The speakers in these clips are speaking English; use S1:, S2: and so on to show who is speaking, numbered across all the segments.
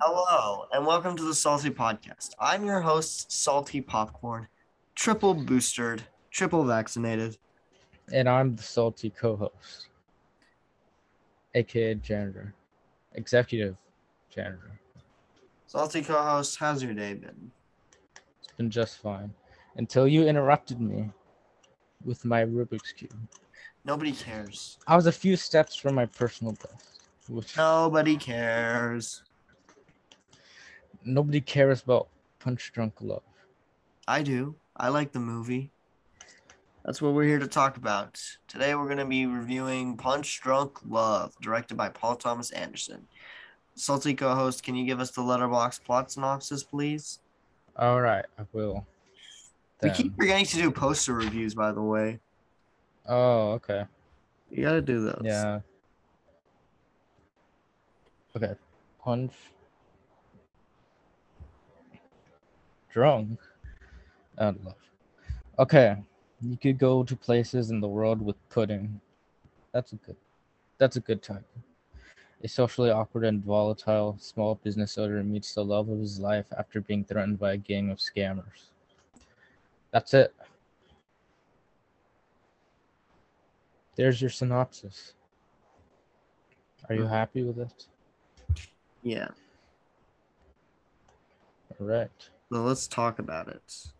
S1: Hello, and welcome to the Salty Podcast. I'm your host, Salty Popcorn, triple boosted, triple vaccinated.
S2: And I'm the salty co-host, aka janitor, executive janitor.
S1: Salty co host, how's your day been?
S2: It's been just fine until you interrupted me with my Rubik's cube.
S1: Nobody cares.
S2: I was a few steps from my personal best, which
S1: Nobody cares.
S2: nobody cares about. Punch Drunk Love.
S1: I do. I like the movie. That's what we're here to talk about. Today, we're going to be reviewing Punch Drunk Love, directed by Paul Thomas Anderson. Salty co host, can you give us the letterbox plot synopsis, please?
S2: All right, I will.
S1: We keep forgetting to do poster reviews, by the way.
S2: Oh, okay.
S1: You got to do those.
S2: Yeah. Okay. Punch. Drunk. And love. Okay. You could go to places in the world with pudding. That's a good. That's a good title. A socially awkward and volatile small business owner meets the love of his life after being threatened by a gang of scammers. That's it. There's your synopsis. Are you
S1: Mhm.
S2: happy with it?
S1: Yeah.
S2: All right.
S1: Well, let's talk about it.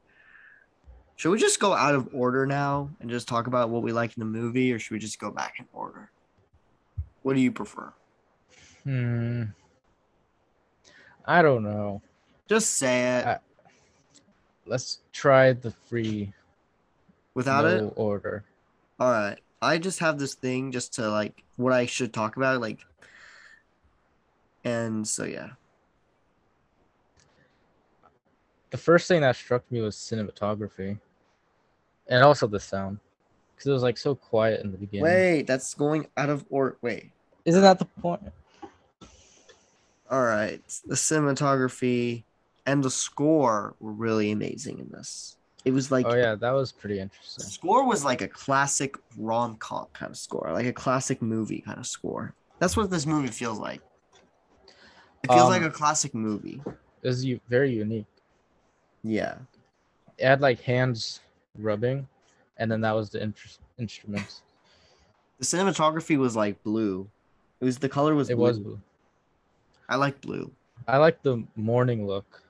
S1: Should we just go out of order now and just talk about what we like in the movie, or should we just go back in order? What do you prefer?
S2: Hmm. I don't know.
S1: Just say it
S2: I- Let's try the free
S1: without
S2: no
S1: it.
S2: order.
S1: All right. I just have this thing just to like what I should talk about, like, and so yeah.
S2: The first thing that struck me was cinematography, and also the sound, because it was like so quiet in the beginning.
S1: Wait, that's going out of order. Wait.
S2: Isn't that the point?
S1: All right. The cinematography and the score were really amazing in this. It was like
S2: oh yeah, that was pretty
S1: The
S2: interesting.
S1: score was like a classic rom com kind of score, like a classic movie kind of score. That's what this movie feels like. It feels
S2: Um,
S1: like a classic movie.
S2: It was u- very unique.
S1: Yeah.
S2: It had like hands rubbing, and then that was the interest instruments.
S1: The cinematography was like blue. It was the color was
S2: It
S1: blue.
S2: was blue.
S1: I like blue.
S2: I like the morning look.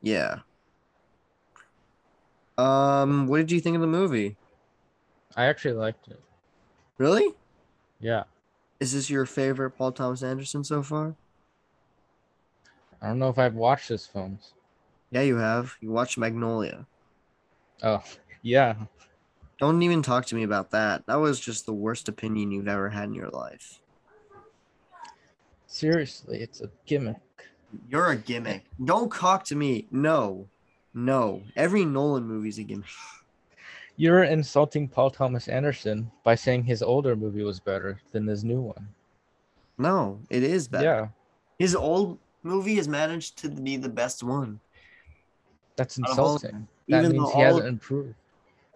S1: Yeah. Um, what did you think of the movie?
S2: I actually liked it.
S1: Really?
S2: Yeah.
S1: Is this your favorite Paul Thomas Anderson so far?
S2: I don't know if I've watched his films.
S1: Yeah, you have. You watched Magnolia.
S2: Oh, yeah.
S1: Don't even talk to me about that. That was just the worst opinion you've ever had in your life.
S2: Seriously, it's a gimmick.
S1: You're a gimmick. Don't talk to me. No. No. Every Nolan movie's a gimmick.
S2: You're insulting Paul Thomas Anderson by saying his older movie was better than his new one.
S1: No, it is better.
S2: Yeah,
S1: His old movie has managed to be the best one.
S2: that's
S1: Out of all-
S2: insulting. That
S1: Even
S2: means
S1: though
S2: he
S1: all
S2: hasn't improved.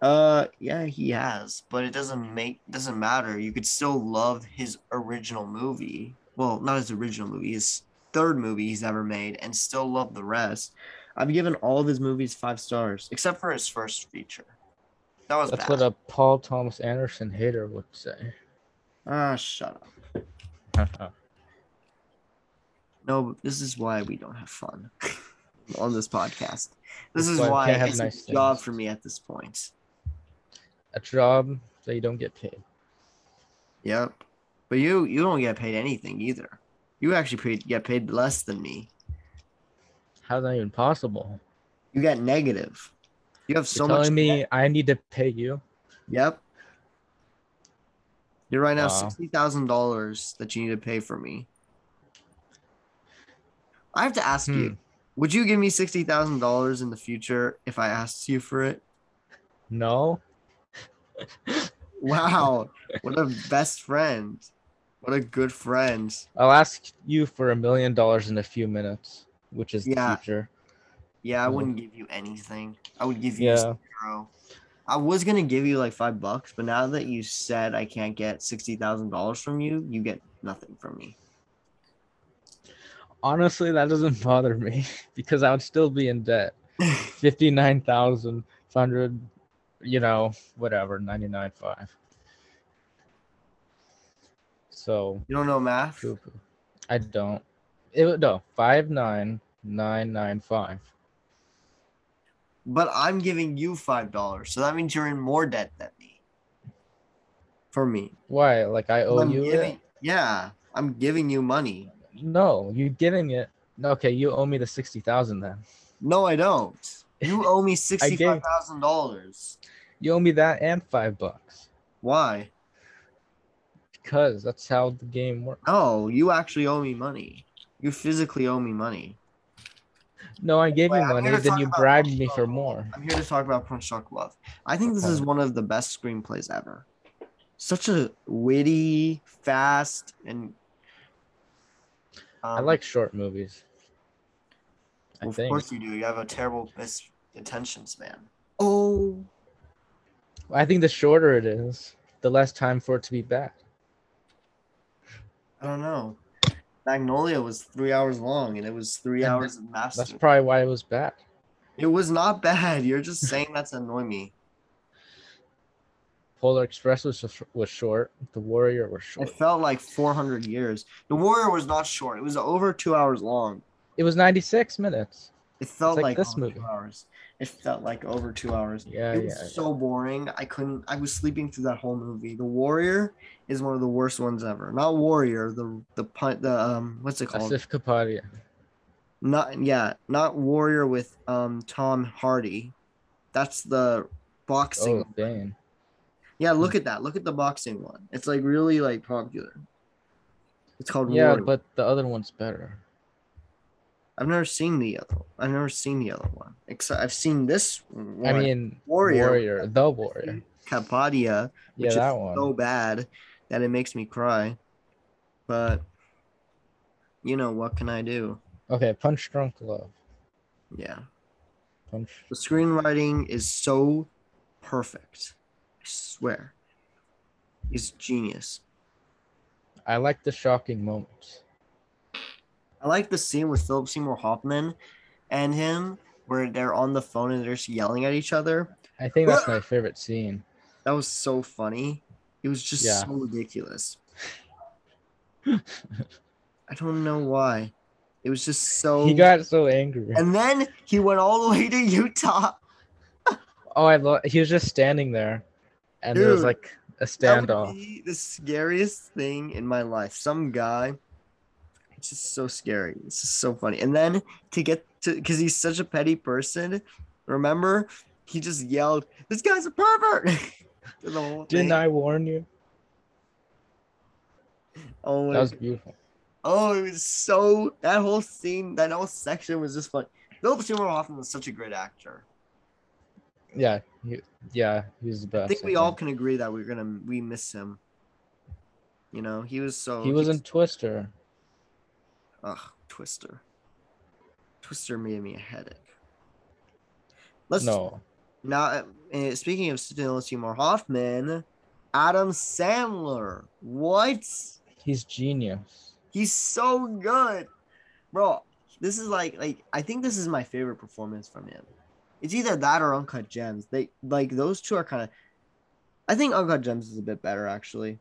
S1: uh yeah, he has, but it doesn't make doesn't matter. You could still love his original movie. Well, not his original movie, his third movie he's ever made and still love the rest. I've given all of his movies 5 stars except for his first feature. That was
S2: That's
S1: bad.
S2: what a Paul Thomas Anderson hater would say.
S1: Ah, shut up. No, this is why we don't have fun on this podcast. This
S2: That's
S1: is
S2: why we
S1: why
S2: can't have
S1: it's
S2: nice
S1: a job
S2: things.
S1: for me at this point.
S2: a job that you don't get paid.
S1: Yep. But you you don't get paid anything either. You actually paid, get paid less than me.
S2: How's that even possible?
S1: You got negative. You have so
S2: You're
S1: much.
S2: telling me I need to pay you?
S1: Yep. You're right now
S2: Wow.
S1: sixty thousand dollars that you need to pay for me. I have to ask
S2: Hmm.
S1: you: Would you give me sixty thousand dollars in the future if I asked you for it?
S2: No.
S1: Wow, what a best friend. What a good friend.
S2: I'll ask you for a million dollars in a few minutes, which is
S1: Yeah.
S2: the future.
S1: Yeah, I
S2: Yeah.
S1: wouldn't give you anything. I would give you
S2: Yeah.
S1: zero. I was gonna give you like five bucks, but now that you said I can't get sixty thousand dollars from you, you get nothing from me.
S2: honestly, that doesn't bother me because I would still be in debt. Fifty nine thousand five hundred, you know, whatever, ninety nine five. So
S1: You don't know math?
S2: poo poo. I don't. It would- no five nine nine nine five.
S1: But I'm giving you five dollars, so that means you're in more debt than me. For me.
S2: Why? Like I owe
S1: I'm
S2: you
S1: giving,
S2: it?
S1: Yeah, I'm giving you money.
S2: No, you're giving it. No, Okay, you owe me the sixty thousand then.
S1: No, I don't. You owe me sixty-five thousand dollars.
S2: You owe me that and five bucks
S1: Why?
S2: because that's how the game works.
S1: No, you actually owe me money. You physically owe me money.
S2: No, I gave
S1: Wait,
S2: you
S1: I'm
S2: money,
S1: gonna
S2: then
S1: talk
S2: you
S1: about
S2: bribed
S1: Punch
S2: me for
S1: Drunk
S2: more.
S1: I'm here to talk about Punch Drunk Love. I think this is
S2: Okay.
S1: one of the best screenplays ever. Such a witty, fast, and
S2: I
S1: um,
S2: like short movies. I
S1: of
S2: think.
S1: course you do. You have a terrible mis- attention span. Oh,
S2: I think the shorter it is, the less time for it to be bad.
S1: I don't know. Magnolia was three hours long, and it was three
S2: And
S1: hours of
S2: That's
S1: master.
S2: probably why it was bad.
S1: It was not bad. You're just saying that to annoy me.
S2: Polar Express was sh- was short. The Warrior was short.
S1: It felt like 400 years. The Warrior was not short. It was over two hours long.
S2: It was 96 minutes.
S1: It felt
S2: It's
S1: like,
S2: like this
S1: over
S2: movie.
S1: two hours. It felt like over two hours.
S2: Yeah,
S1: it
S2: yeah.
S1: was so boring. I couldn't. I was sleeping through that whole movie. The Warrior is one of the worst ones ever. Not Warrior. The the pun. The um. What's it called?
S2: Asif Kapadia.
S1: Not yeah. Not Warrior with um Tom Hardy. That's the boxing.
S2: Oh, dang.
S1: Yeah, look at that. Look at the boxing one. It's like really like popular. It's called
S2: Yeah,
S1: Warrior.
S2: but the other one's better.
S1: I've never seen the other. I've never seen the other one. Except I've seen this. One.
S2: I mean,
S1: Warrior.
S2: Warrior the Warrior.
S1: Capadia,
S2: Yeah,
S1: which
S2: that
S1: is
S2: one.
S1: so bad that it makes me cry. But you know what can I do?
S2: Okay, Punch Drunk Love.
S1: Yeah,
S2: Punch.
S1: the screenwriting is so perfect. I swear, it's genius.
S2: I like the shocking moments.
S1: I like the scene with Philip Seymour Hoffman and him where they're on the phone and they're just yelling at each other.
S2: I think that's my favorite scene.
S1: That was so funny. It was just
S2: Yeah.
S1: so ridiculous. I don't know why. It was just so.
S2: He got so angry.
S1: and then he went all the way to Utah.
S2: Oh, I love. He was just standing there, and there was
S1: Dude,
S2: like a
S1: That would
S2: standoff.
S1: be the scariest thing in my life. Some guy. It's just so scary. It's just so funny. And then to get to, because he's such a petty person. Remember, he just yelled, "This guy's a pervert." to the whole
S2: Didn't
S1: thing.
S2: I warn you?
S1: Oh,
S2: That was beautiful.
S1: oh, it was so. That whole scene, that whole section was just fun. Philip Seymour Hoffman is such a great actor.
S2: Yeah, he, yeah, he was the best.
S1: I think we all can agree that we're gonna we miss him. You know, he was so
S2: He was in Twister.
S1: Ugh, Twister. Twister made me a headache. Let's
S2: No,
S1: now. Uh, speaking of Philip Seymour Hoffman, Adam Sandler. What?
S2: he's genius.
S1: He's so good, bro. This is like like I think this is my favorite performance from him. It's either that or Uncut Gems. They like those two are kind of. I think Uncut Gems is a bit better actually.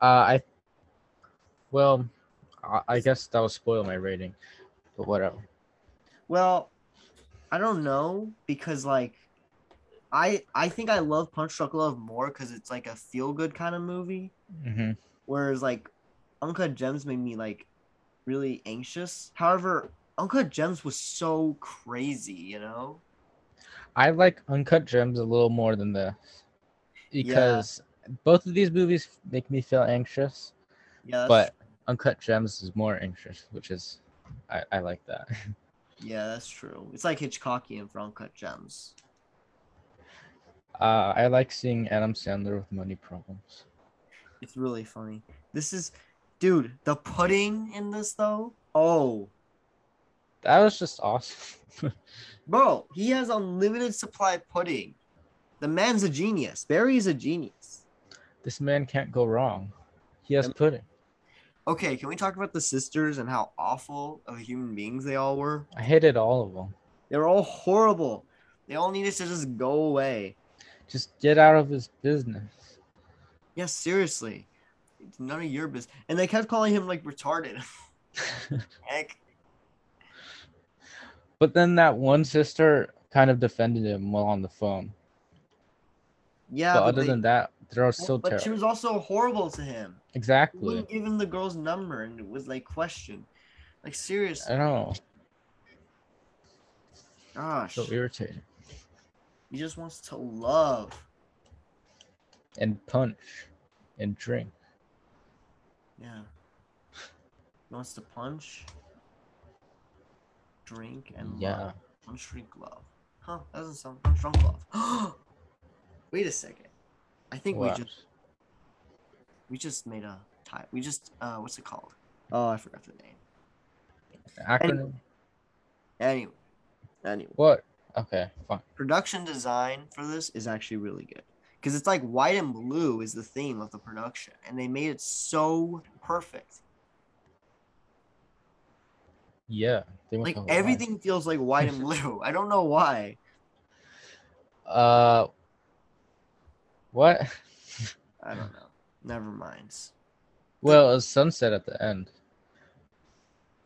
S2: Uh, I, well, I, I guess that would spoil my rating, but whatever.
S1: Well, I don't know because like I I think I love Punch Drunk Love more because it's like a feel good kind of movie,
S2: hmm
S1: whereas like Uncut Gems made me like really anxious. However, Uncut Gems was so crazy, you know.
S2: I like Uncut Gems a little more than this because both of these movies make me feel anxious.
S1: Yeah, that's,
S2: but uncut gems is more anxious which is i, I like that
S1: yeah, that's true. It's like Hitchcockian for Uncut Gems.
S2: uh, i like seeing adam sandler with money problems
S1: It's really funny. This is, dude, the pudding in this though. Oh,
S2: that was just awesome
S1: Bro, he has unlimited supply of pudding. The man's a genius. Barry's a genius.
S2: this man can't go wrong he has
S1: Am-
S2: pudding
S1: Okay, can we talk about the sisters and how awful of human beings they all were?
S2: I hated all of them.
S1: They were all horrible. They all needed to just go away.
S2: Just get out of his business.
S1: Yeah, seriously. It's none of your business. And they kept calling him like retarded. Heck.
S2: But then that one sister kind of defended him while on the phone.
S1: Yeah,
S2: but,
S1: but,
S2: other
S1: they-
S2: than that, they're all so
S1: but she
S2: terrible.
S1: was also horrible to him. He
S2: Exactly.
S1: wouldn't give him the girl's number and it was like question. Like seriously,
S2: I know.
S1: gosh.
S2: So irritating.
S1: Ah, He just wants to love.
S2: And punch. And drink.
S1: Yeah. He wants to punch, drink, and
S2: yeah.
S1: love. Punch, drink, love. Huh? That doesn't sound punch, drunk, love. Wait a second. I think
S2: Wow.
S1: we just we just made a tie. We just uh, what's it called? Oh, I forgot the name.
S2: Acronym.
S1: Anyway, anyway,
S2: What? Okay, fine.
S1: production design for this is actually really good because it's like white and blue is the theme of the production, and they made it so perfect.
S2: Yeah. They went
S1: Like
S2: to Hawaii.
S1: everything feels like white and blue. I don't know why.
S2: Uh. What?
S1: I don't know. Never mind.
S2: Well, a sunset at the end.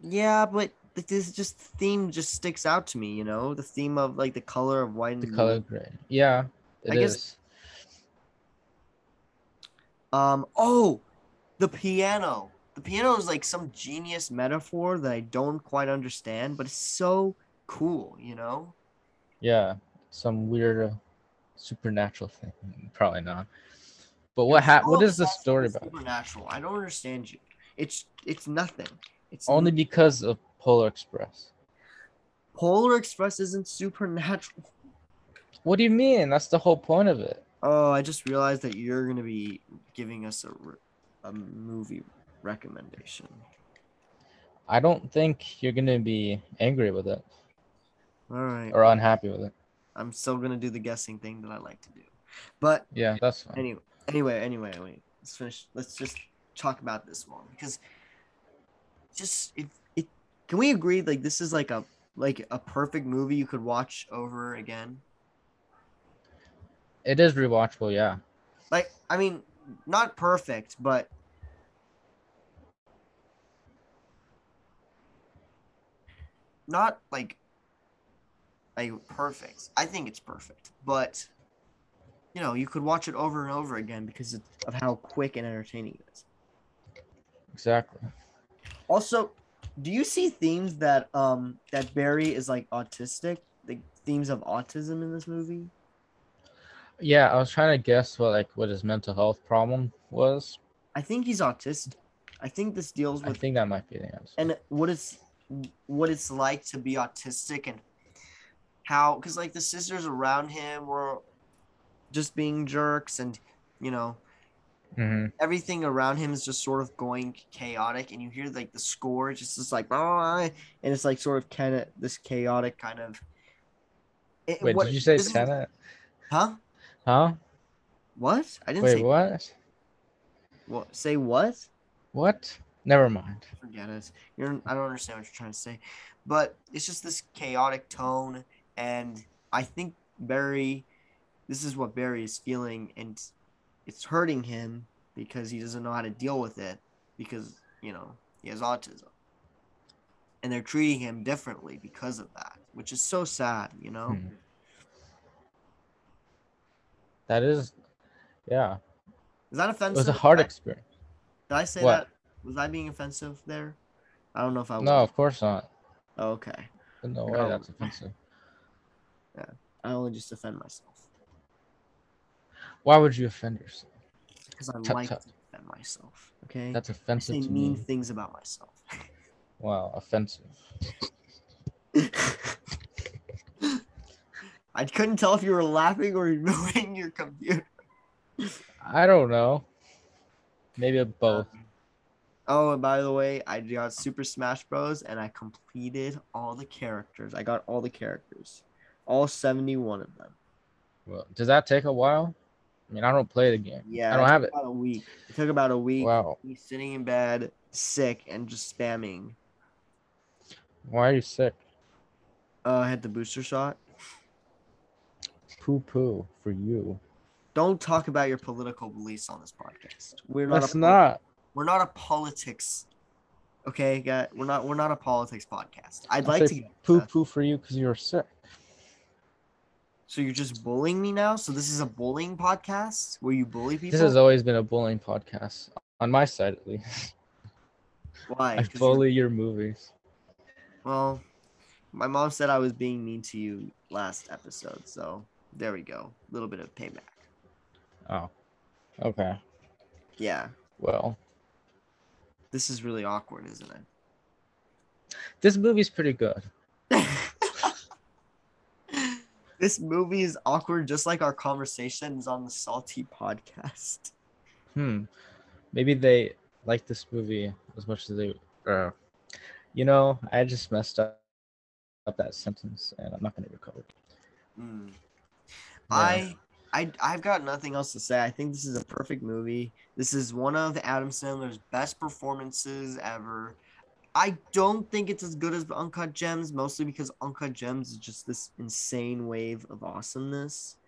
S1: Yeah, but th- this just the theme just sticks out to me. You know, the theme of like the color of white and
S2: The
S1: blue.
S2: color gray. Yeah, it
S1: Mm-hmm. I
S2: is.
S1: guess- Um. Oh, the piano. The piano is like some genius metaphor that I don't quite understand, but it's so cool. You know.
S2: Yeah, some weird uh, supernatural thing. Probably not. But what
S1: You're
S2: hap-
S1: so
S2: What is the
S1: obsessed with
S2: story about?
S1: Supernatural. I don't understand you. It's it's nothing. It's
S2: Only because of Polar Express.
S1: Polar Express isn't supernatural.
S2: What do you mean? That's the whole point of it.
S1: Oh, I just realized that you're gonna be giving us a, re- a movie recommendation.
S2: I don't think you're gonna be angry with it
S1: All right,
S2: or unhappy with it.
S1: I'm still gonna do the guessing thing that I like to do, but
S2: Yeah, that's fine.
S1: anyway, anyway, anyway, wait. Let's finish. Let's just talk about this one because just it it. Can we agree? Like this is like a like a perfect movie you could watch over again.
S2: It is rewatchable. Yeah.
S1: Like I mean, not perfect, but not like like perfect. I think it's perfect, but you know, you could watch it over and over again because of of how quick and entertaining it is.
S2: Exactly.
S1: Also, do you see themes that um that Barry is like autistic? The themes of autism in this movie?
S2: Yeah, I was trying to guess what like what his mental health problem was.
S1: I think he's autistic. I think this deals
S2: I
S1: with
S2: think that might be the answer.
S1: and what it's what it's like to be autistic and how because like the sisters around him were just being jerks and you know
S2: hmm
S1: everything around him is just sort of going chaotic and you hear like the score just is like "Ah," and it's like sort of kind of this chaotic kind of It-
S2: Wait,
S1: what-
S2: did you say
S1: this is-
S2: Senate?
S1: huh
S2: Huh?
S1: what i didn't
S2: Wait,
S1: say what?
S2: what?
S1: say what
S2: What? Never mind.
S1: forget it you're i don't understand what you're trying to say but it's just this chaotic tone and i think barry this is what barry is feeling and it's hurting him because he doesn't know how to deal with it because you know he has autism and they're treating him differently because of that which is so sad you know
S2: Hmm. That is, yeah.
S1: is that
S2: It
S1: offensive
S2: was a hard
S1: Did I-
S2: experience.
S1: did i say
S2: What?
S1: that was i being offensive there i don't know if i was
S2: No, of course not.
S1: Oh, okay
S2: But no
S1: No.
S2: way, that's offensive.
S1: i only just offend myself
S2: Why would you offend yourself?
S1: because i
S2: Tut,
S1: like
S2: tut.
S1: to offend myself okay
S2: That's
S1: I
S2: offensive
S1: say
S2: to
S1: mean
S2: me.
S1: things about myself.
S2: Wow, offensive.
S1: I couldn't tell if you were laughing or ignoring your computer.
S2: I don't know. Maybe a
S1: Uh.
S2: both.
S1: Oh, and by the way, I got Super Smash Bros. and I completed all the characters. I got all the characters, all seventy-one of them.
S2: Well, does that take a while? I mean, I don't play the game.
S1: Yeah,
S2: I don't
S1: it
S2: have
S1: took
S2: it.
S1: About a week. It took about a week.
S2: Wow.
S1: Me sitting in bed, sick and just spamming.
S2: Why are you sick?
S1: Uh, I had the booster shot.
S2: Poo poo for you.
S1: Don't talk about your political beliefs on this podcast. We're not.
S2: That's
S1: a,
S2: not.
S1: We're not a politics. Okay, guy. We're not. We're not a politics podcast. I'd
S2: I
S1: like to.
S2: say
S1: get into
S2: poo
S1: that.
S2: poo for you because you're sick.
S1: So you're just bullying me now. So this is a bullying podcast where you bully people.
S2: This has always been a bullying podcast on my side at least.
S1: Why?
S2: I
S1: 'Cause you're-
S2: bully your movies.
S1: Well, my mom said I was being mean to you last episode, so there we go. A little bit of payback.
S2: Oh, okay.
S1: Yeah,
S2: Well,
S1: this is really awkward, isn't
S2: this movie's pretty good.
S1: it? this movie is awkward, just like our conversations on the Salty podcast.
S2: Hmm. Maybe they like this movie as much as they. Uh, you know, I just messed up, up that sentence, and I'm not gonna recover.
S1: Mm.
S2: Yeah.
S1: I, I, I've got nothing else to say. I think this is a perfect movie. This is one of Adam Sandler's best performances ever. I don't think it's as good as Uncut Gems, mostly because Uncut Gems is just this insane wave of awesomeness,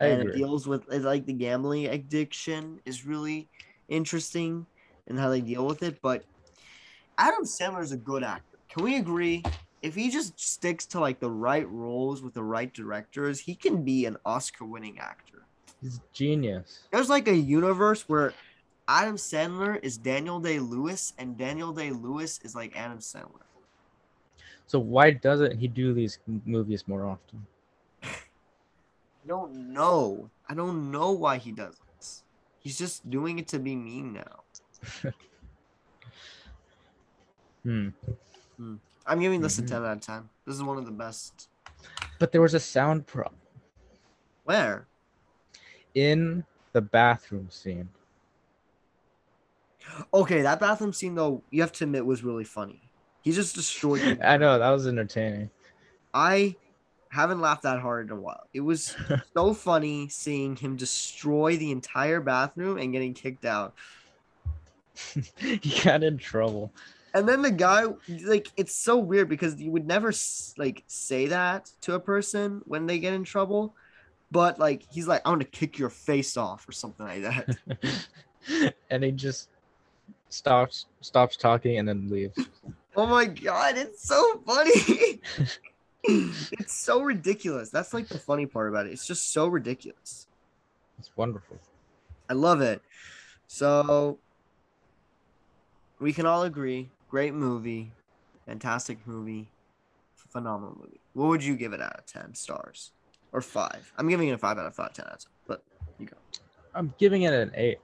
S2: I
S1: and it
S2: agree.
S1: deals with it, like the gambling addiction is really interesting and how they deal with it. But Adam Sandler's a good actor. Can we agree? If he just sticks to like the right roles with the right directors, he can be an Oscar-winning actor.
S2: He's genius.
S1: There's like a universe where Adam Sandler is Daniel Day Lewis and Daniel Day Lewis is like Adam Sandler.
S2: So why doesn't he do these m- movies more often?
S1: I don't know. I don't know why he does this. He's just doing it to be mean now.
S2: Hmm.
S1: I'm giving this
S2: Mhm.
S1: a 10 out of 10. This is one of the best.
S2: But there was a sound problem
S1: Where?
S2: in the bathroom scene.
S1: Okay, that bathroom scene, though, you have to admit, was really funny. He just destroyed me.
S2: I know that was entertaining.
S1: I haven't laughed that hard in a while. It was so funny seeing him destroy the entire bathroom and getting kicked out.
S2: he got in trouble.
S1: And then the guy, like, it's so weird because you would never s- like say that to a person when they get in trouble, but like he's like, "I'm gonna kick your face off" or something like that.
S2: and he just stops stops talking and then leaves.
S1: oh my god, it's so funny. it's so ridiculous. That's like the funny part about it. It's just so ridiculous.
S2: It's wonderful.
S1: I love it. So we can all agree, great movie, fantastic movie, phenomenal movie. What would you give it out of ten stars or five? I'm giving it a five out of five, ten out of ten. But
S2: I'm giving it an eight.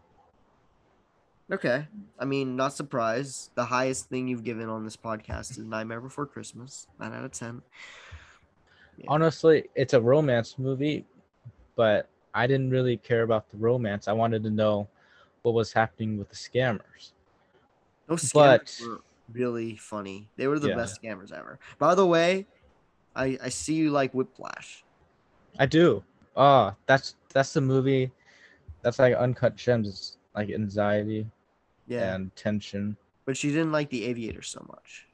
S1: okay, I mean, not surprised. The highest thing you've given on this podcast is Nightmare Before Christmas, nine out of ten.
S2: Honestly, it's a romance movie, but I didn't really care about the romance. I wanted to know what was happening with the scammers.
S1: Those scammers
S2: But-
S1: were really funny. They were the
S2: Yeah.
S1: best scammers ever. By the way, I I see you like Whiplash.
S2: I do. Ah, that's that's the movie. That's like uncut gems. It's like anxiety
S1: Yeah,
S2: and tension.
S1: but you didn't like The Aviator so much.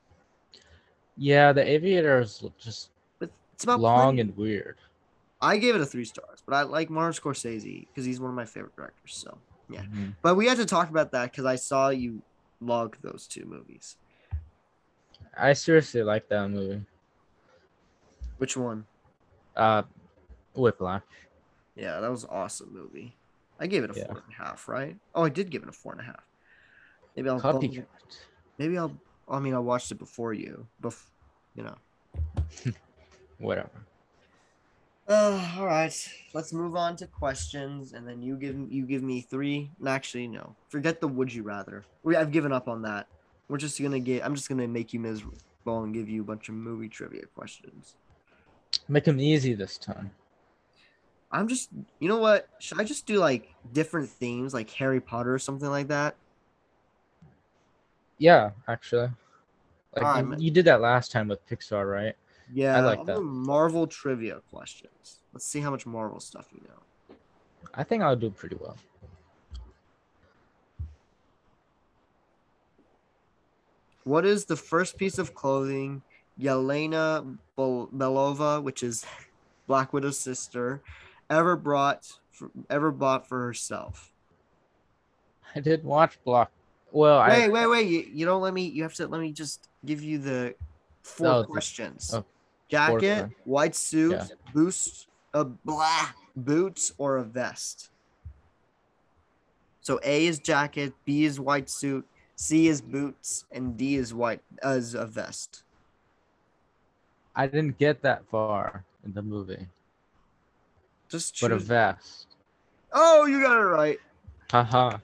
S2: Yeah, the aviator is l- just
S1: But it's about
S2: long
S1: planning.
S2: and weird.
S1: I gave it a three stars, but I like Martin Scorsese because he's one of my favorite directors. So, Yeah.
S2: Mhm.
S1: but we had to talk about that because I saw you log those two movies.
S2: I seriously like that movie.
S1: Which one?
S2: Uh, Whiplash.
S1: Yeah, that was an awesome movie. I gave it a
S2: Yeah.
S1: four and a half, right? Oh, I did give it a four and a half. Maybe I'll bump
S2: Copycat.
S1: it- maybe I'll. I mean, I watched it before you, bef- you know.
S2: Whatever.
S1: Uh, all right, let's move on to questions, and then you give you give me three. no, Actually, no, forget the would you rather. We I've given up on that. We're just gonna get. I'm just gonna make you miserable and give you a bunch of movie trivia questions.
S2: Make them easy this time.
S1: I'm just. You know what? Should I just do like different themes, like Harry Potter or something like that?
S2: Yeah, actually. Like
S1: Alright,
S2: you,
S1: man.
S2: you did that last time with Pixar, right?
S1: Yeah,
S2: like
S1: I'll
S2: that.
S1: do Marvel trivia questions. Let's see how much Marvel stuff you know.
S2: I think I'll do pretty well.
S1: What is the first piece of clothing Yelena Bel- Belova, which is Black Widow's sister, ever brought for, ever bought for herself?
S2: I did watch Block. Well,
S1: Wait,
S2: I
S1: wait, wait! You, you don't let me. You have to let me just give you the four
S2: Oh, the-
S1: questions:
S2: oh,
S1: jacket,
S2: questions.
S1: white suit,
S2: Yeah.
S1: boots, a blah, boots, or a vest. So A is jacket, B is white suit, C is boots, and D is white as a vest.
S2: I didn't get that far in the movie.
S1: Just
S2: But a
S1: choose.
S2: vest.
S1: oh, you got it right.
S2: Haha.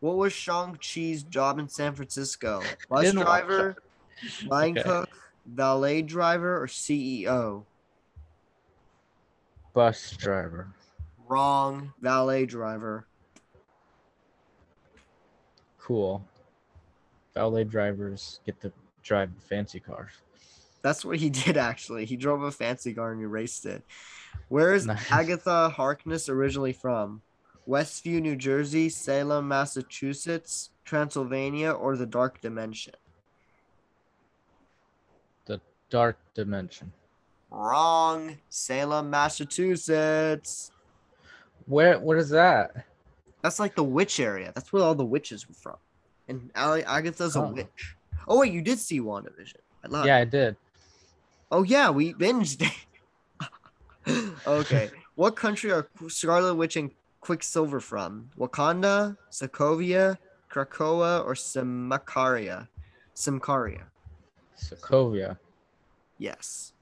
S1: What was Shang Chi's job in San Francisco? Bus
S2: Didn't watch
S1: driver, line
S2: Okay.
S1: cook, valet driver, or E CEO?
S2: Bus driver.
S1: Wrong. Valet driver.
S2: Cool. Valet drivers get to drive fancy cars.
S1: That's what he did actually. He drove a fancy car and he raced it. Where is
S2: Nice.
S1: Agatha Harkness originally from? Westview, New Jersey, Salem, Massachusetts, Transylvania, or the Dark Dimension?
S2: Dark dimension.
S1: Wrong. Salem, Massachusetts.
S2: Where? What is that?
S1: That's like the witch area. That's where all the witches were from. And Ali- Agatha's a
S2: Oh.
S1: witch. Oh wait, you did see WandaVision. I lied.
S2: Yeah, I did.
S1: Oh yeah, we binged. it. okay. what country are Qu- Scarlet Witch and Quicksilver from? Wakanda, Sokovia, Krakoa, or Simakaria? Simkaria.
S2: Sokovia.
S1: Yes.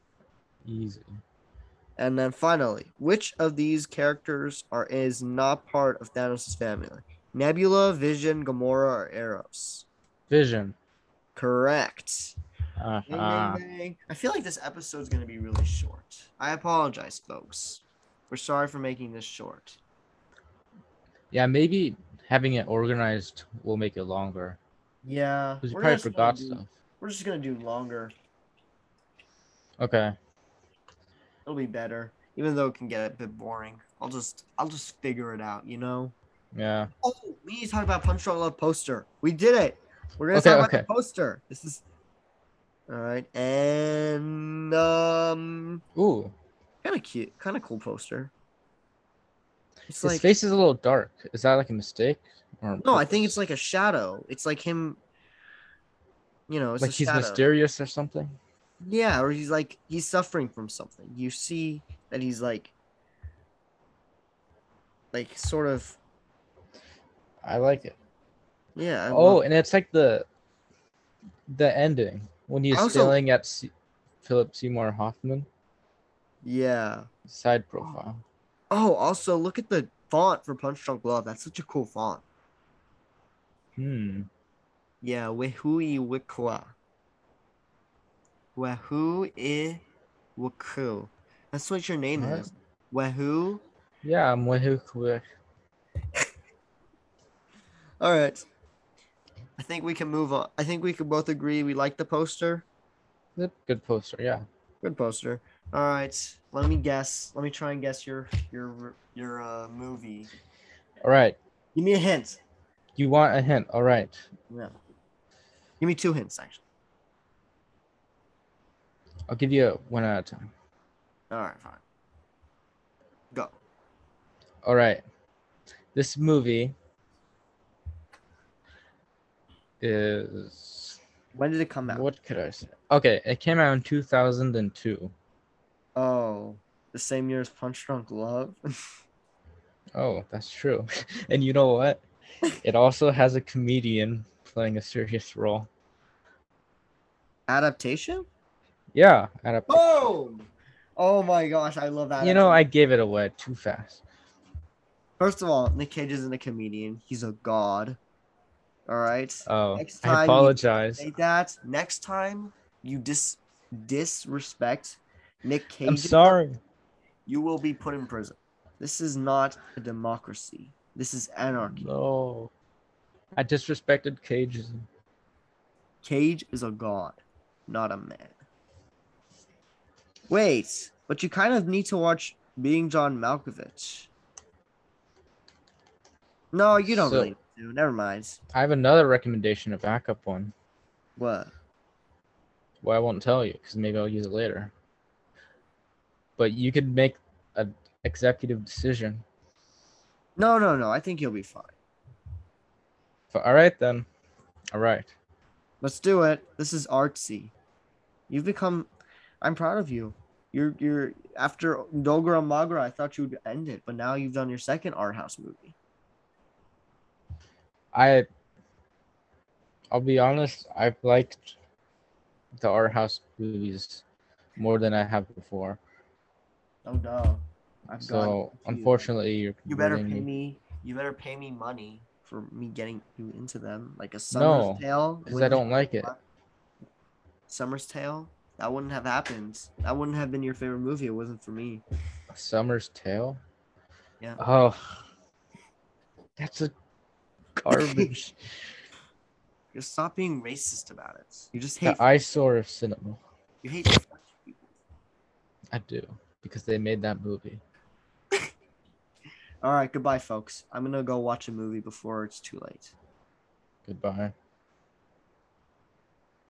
S2: Easy.
S1: And then finally, which of these characters are is not part of Thanos' family? Nebula, Vision, Gamora, or Eros?
S2: Vision.
S1: Correct. Ding, ding,
S2: Uh-huh.
S1: ding. I feel like this episode's going to be really short. I apologize, folks. We're sorry for making this short.
S2: Yeah, maybe having it organized will make it longer.
S1: Yeah.
S2: Because you
S1: we're
S2: probably
S1: just gonna
S2: forgot
S1: do-
S2: stuff.
S1: We're just gonna do longer.
S2: Okay.
S1: It'll be better, even though it can get a bit boring. I'll just I'll just figure it out, you know.
S2: Yeah.
S1: Oh, we need to talk about Punch Drunk Love poster. We did it. We're gonna
S2: Okay,
S1: talk
S2: okay.
S1: about the poster. This is all right, and um,
S2: Ooh.
S1: kind of cute, kind of cool poster. It's
S2: His
S1: like
S2: face is a little dark. Is that like a mistake? Or
S1: no, I think it's like a shadow. It's like him. You know, it's
S2: like
S1: a
S2: he's
S1: shadow.
S2: mysterious or something.
S1: Yeah, or he's like he's suffering from something. You see that he's like like sort of
S2: I like it.
S1: yeah. I
S2: oh,
S1: love-
S2: and it's like the the ending when he's
S1: I also-
S2: staring at C- Philip Seymour Hoffman
S1: yeah.
S2: side profile.
S1: Oh, also look at the font for Punch Drunk Love. That's such a cool font. Oh.
S2: Hmm.
S1: Yeah, Wehui Wikwa. Wehu i Waku. That's what your name
S2: What?
S1: is. Wehu.
S2: Yeah, I'm with you. Quick.
S1: All right. I think we can move on. I think we can both agree we like the poster.
S2: Good- Good poster. Yeah.
S1: Good poster. All right, let me guess. Let me try and guess your your your uh, movie.
S2: All right.
S1: Give me a hint.
S2: You want a hint? All right.
S1: Yeah. Give me two hints actually.
S2: I'll give you one at a time.
S1: All right, fine. Go.
S2: All right. This movie is
S1: When did it come out?
S2: what could I say? Okay, it came out in 2002.
S1: Oh, the same year as Punch Drunk Love.
S2: Oh, that's true. and you know what? It also has a comedian playing a serious role.
S1: Adaptation.
S2: Yeah, and a-
S1: Boom. Oh my gosh, I love that.
S2: you know I gave it away too fast.
S1: First of all, Nick Cage isn't a comedian. He's a god. All right.
S2: Oh,
S1: Next time you
S2: I apologize.
S1: say that next time you dis disrespect Nick Cage.
S2: I'm sorry.
S1: You will be put in prison. This is not a democracy. This is anarchy.
S2: No, I disrespected Cage.
S1: Cage is a god, not a man. Wait, but you kind of need to watch Being John Malkovich. No, you don't
S2: So-
S1: really need to. Never mind.
S2: I have another recommendation, a backup one.
S1: What?
S2: Well, I won't tell you because maybe I'll use it later. But you could make an executive decision.
S1: No, no, no. I think you'll be fine.
S2: F- All right then. All right.
S1: Let's do it. This is artsy. You've become. I'm proud of you. You're you're after Dogra Magra. I thought you would end it, but now you've done your second art house movie.
S2: I I'll be honest, I've liked the art house movies more than I have before.
S1: Oh no. I've gone
S2: so
S1: to you.
S2: unfortunately you're
S1: You better
S2: converting
S1: pay
S2: me.
S1: me. You better pay me money for me getting you into them, like a
S2: No,
S1: summer's tale.
S2: because I
S1: wouldn't-
S2: don't like it.
S1: Summer's tale. That wouldn't have happened. That wouldn't have been your favorite movie. It wasn't for me.
S2: Summer's Tale?
S1: Yeah.
S2: Oh that's a garbage
S1: Just stop being racist about it. You just hate.
S2: the eyesore of cinema.
S1: you hate. French people.
S2: I do. Because they made that movie.
S1: All right, goodbye, folks. I'm gonna go watch a movie before it's too late.
S2: Goodbye.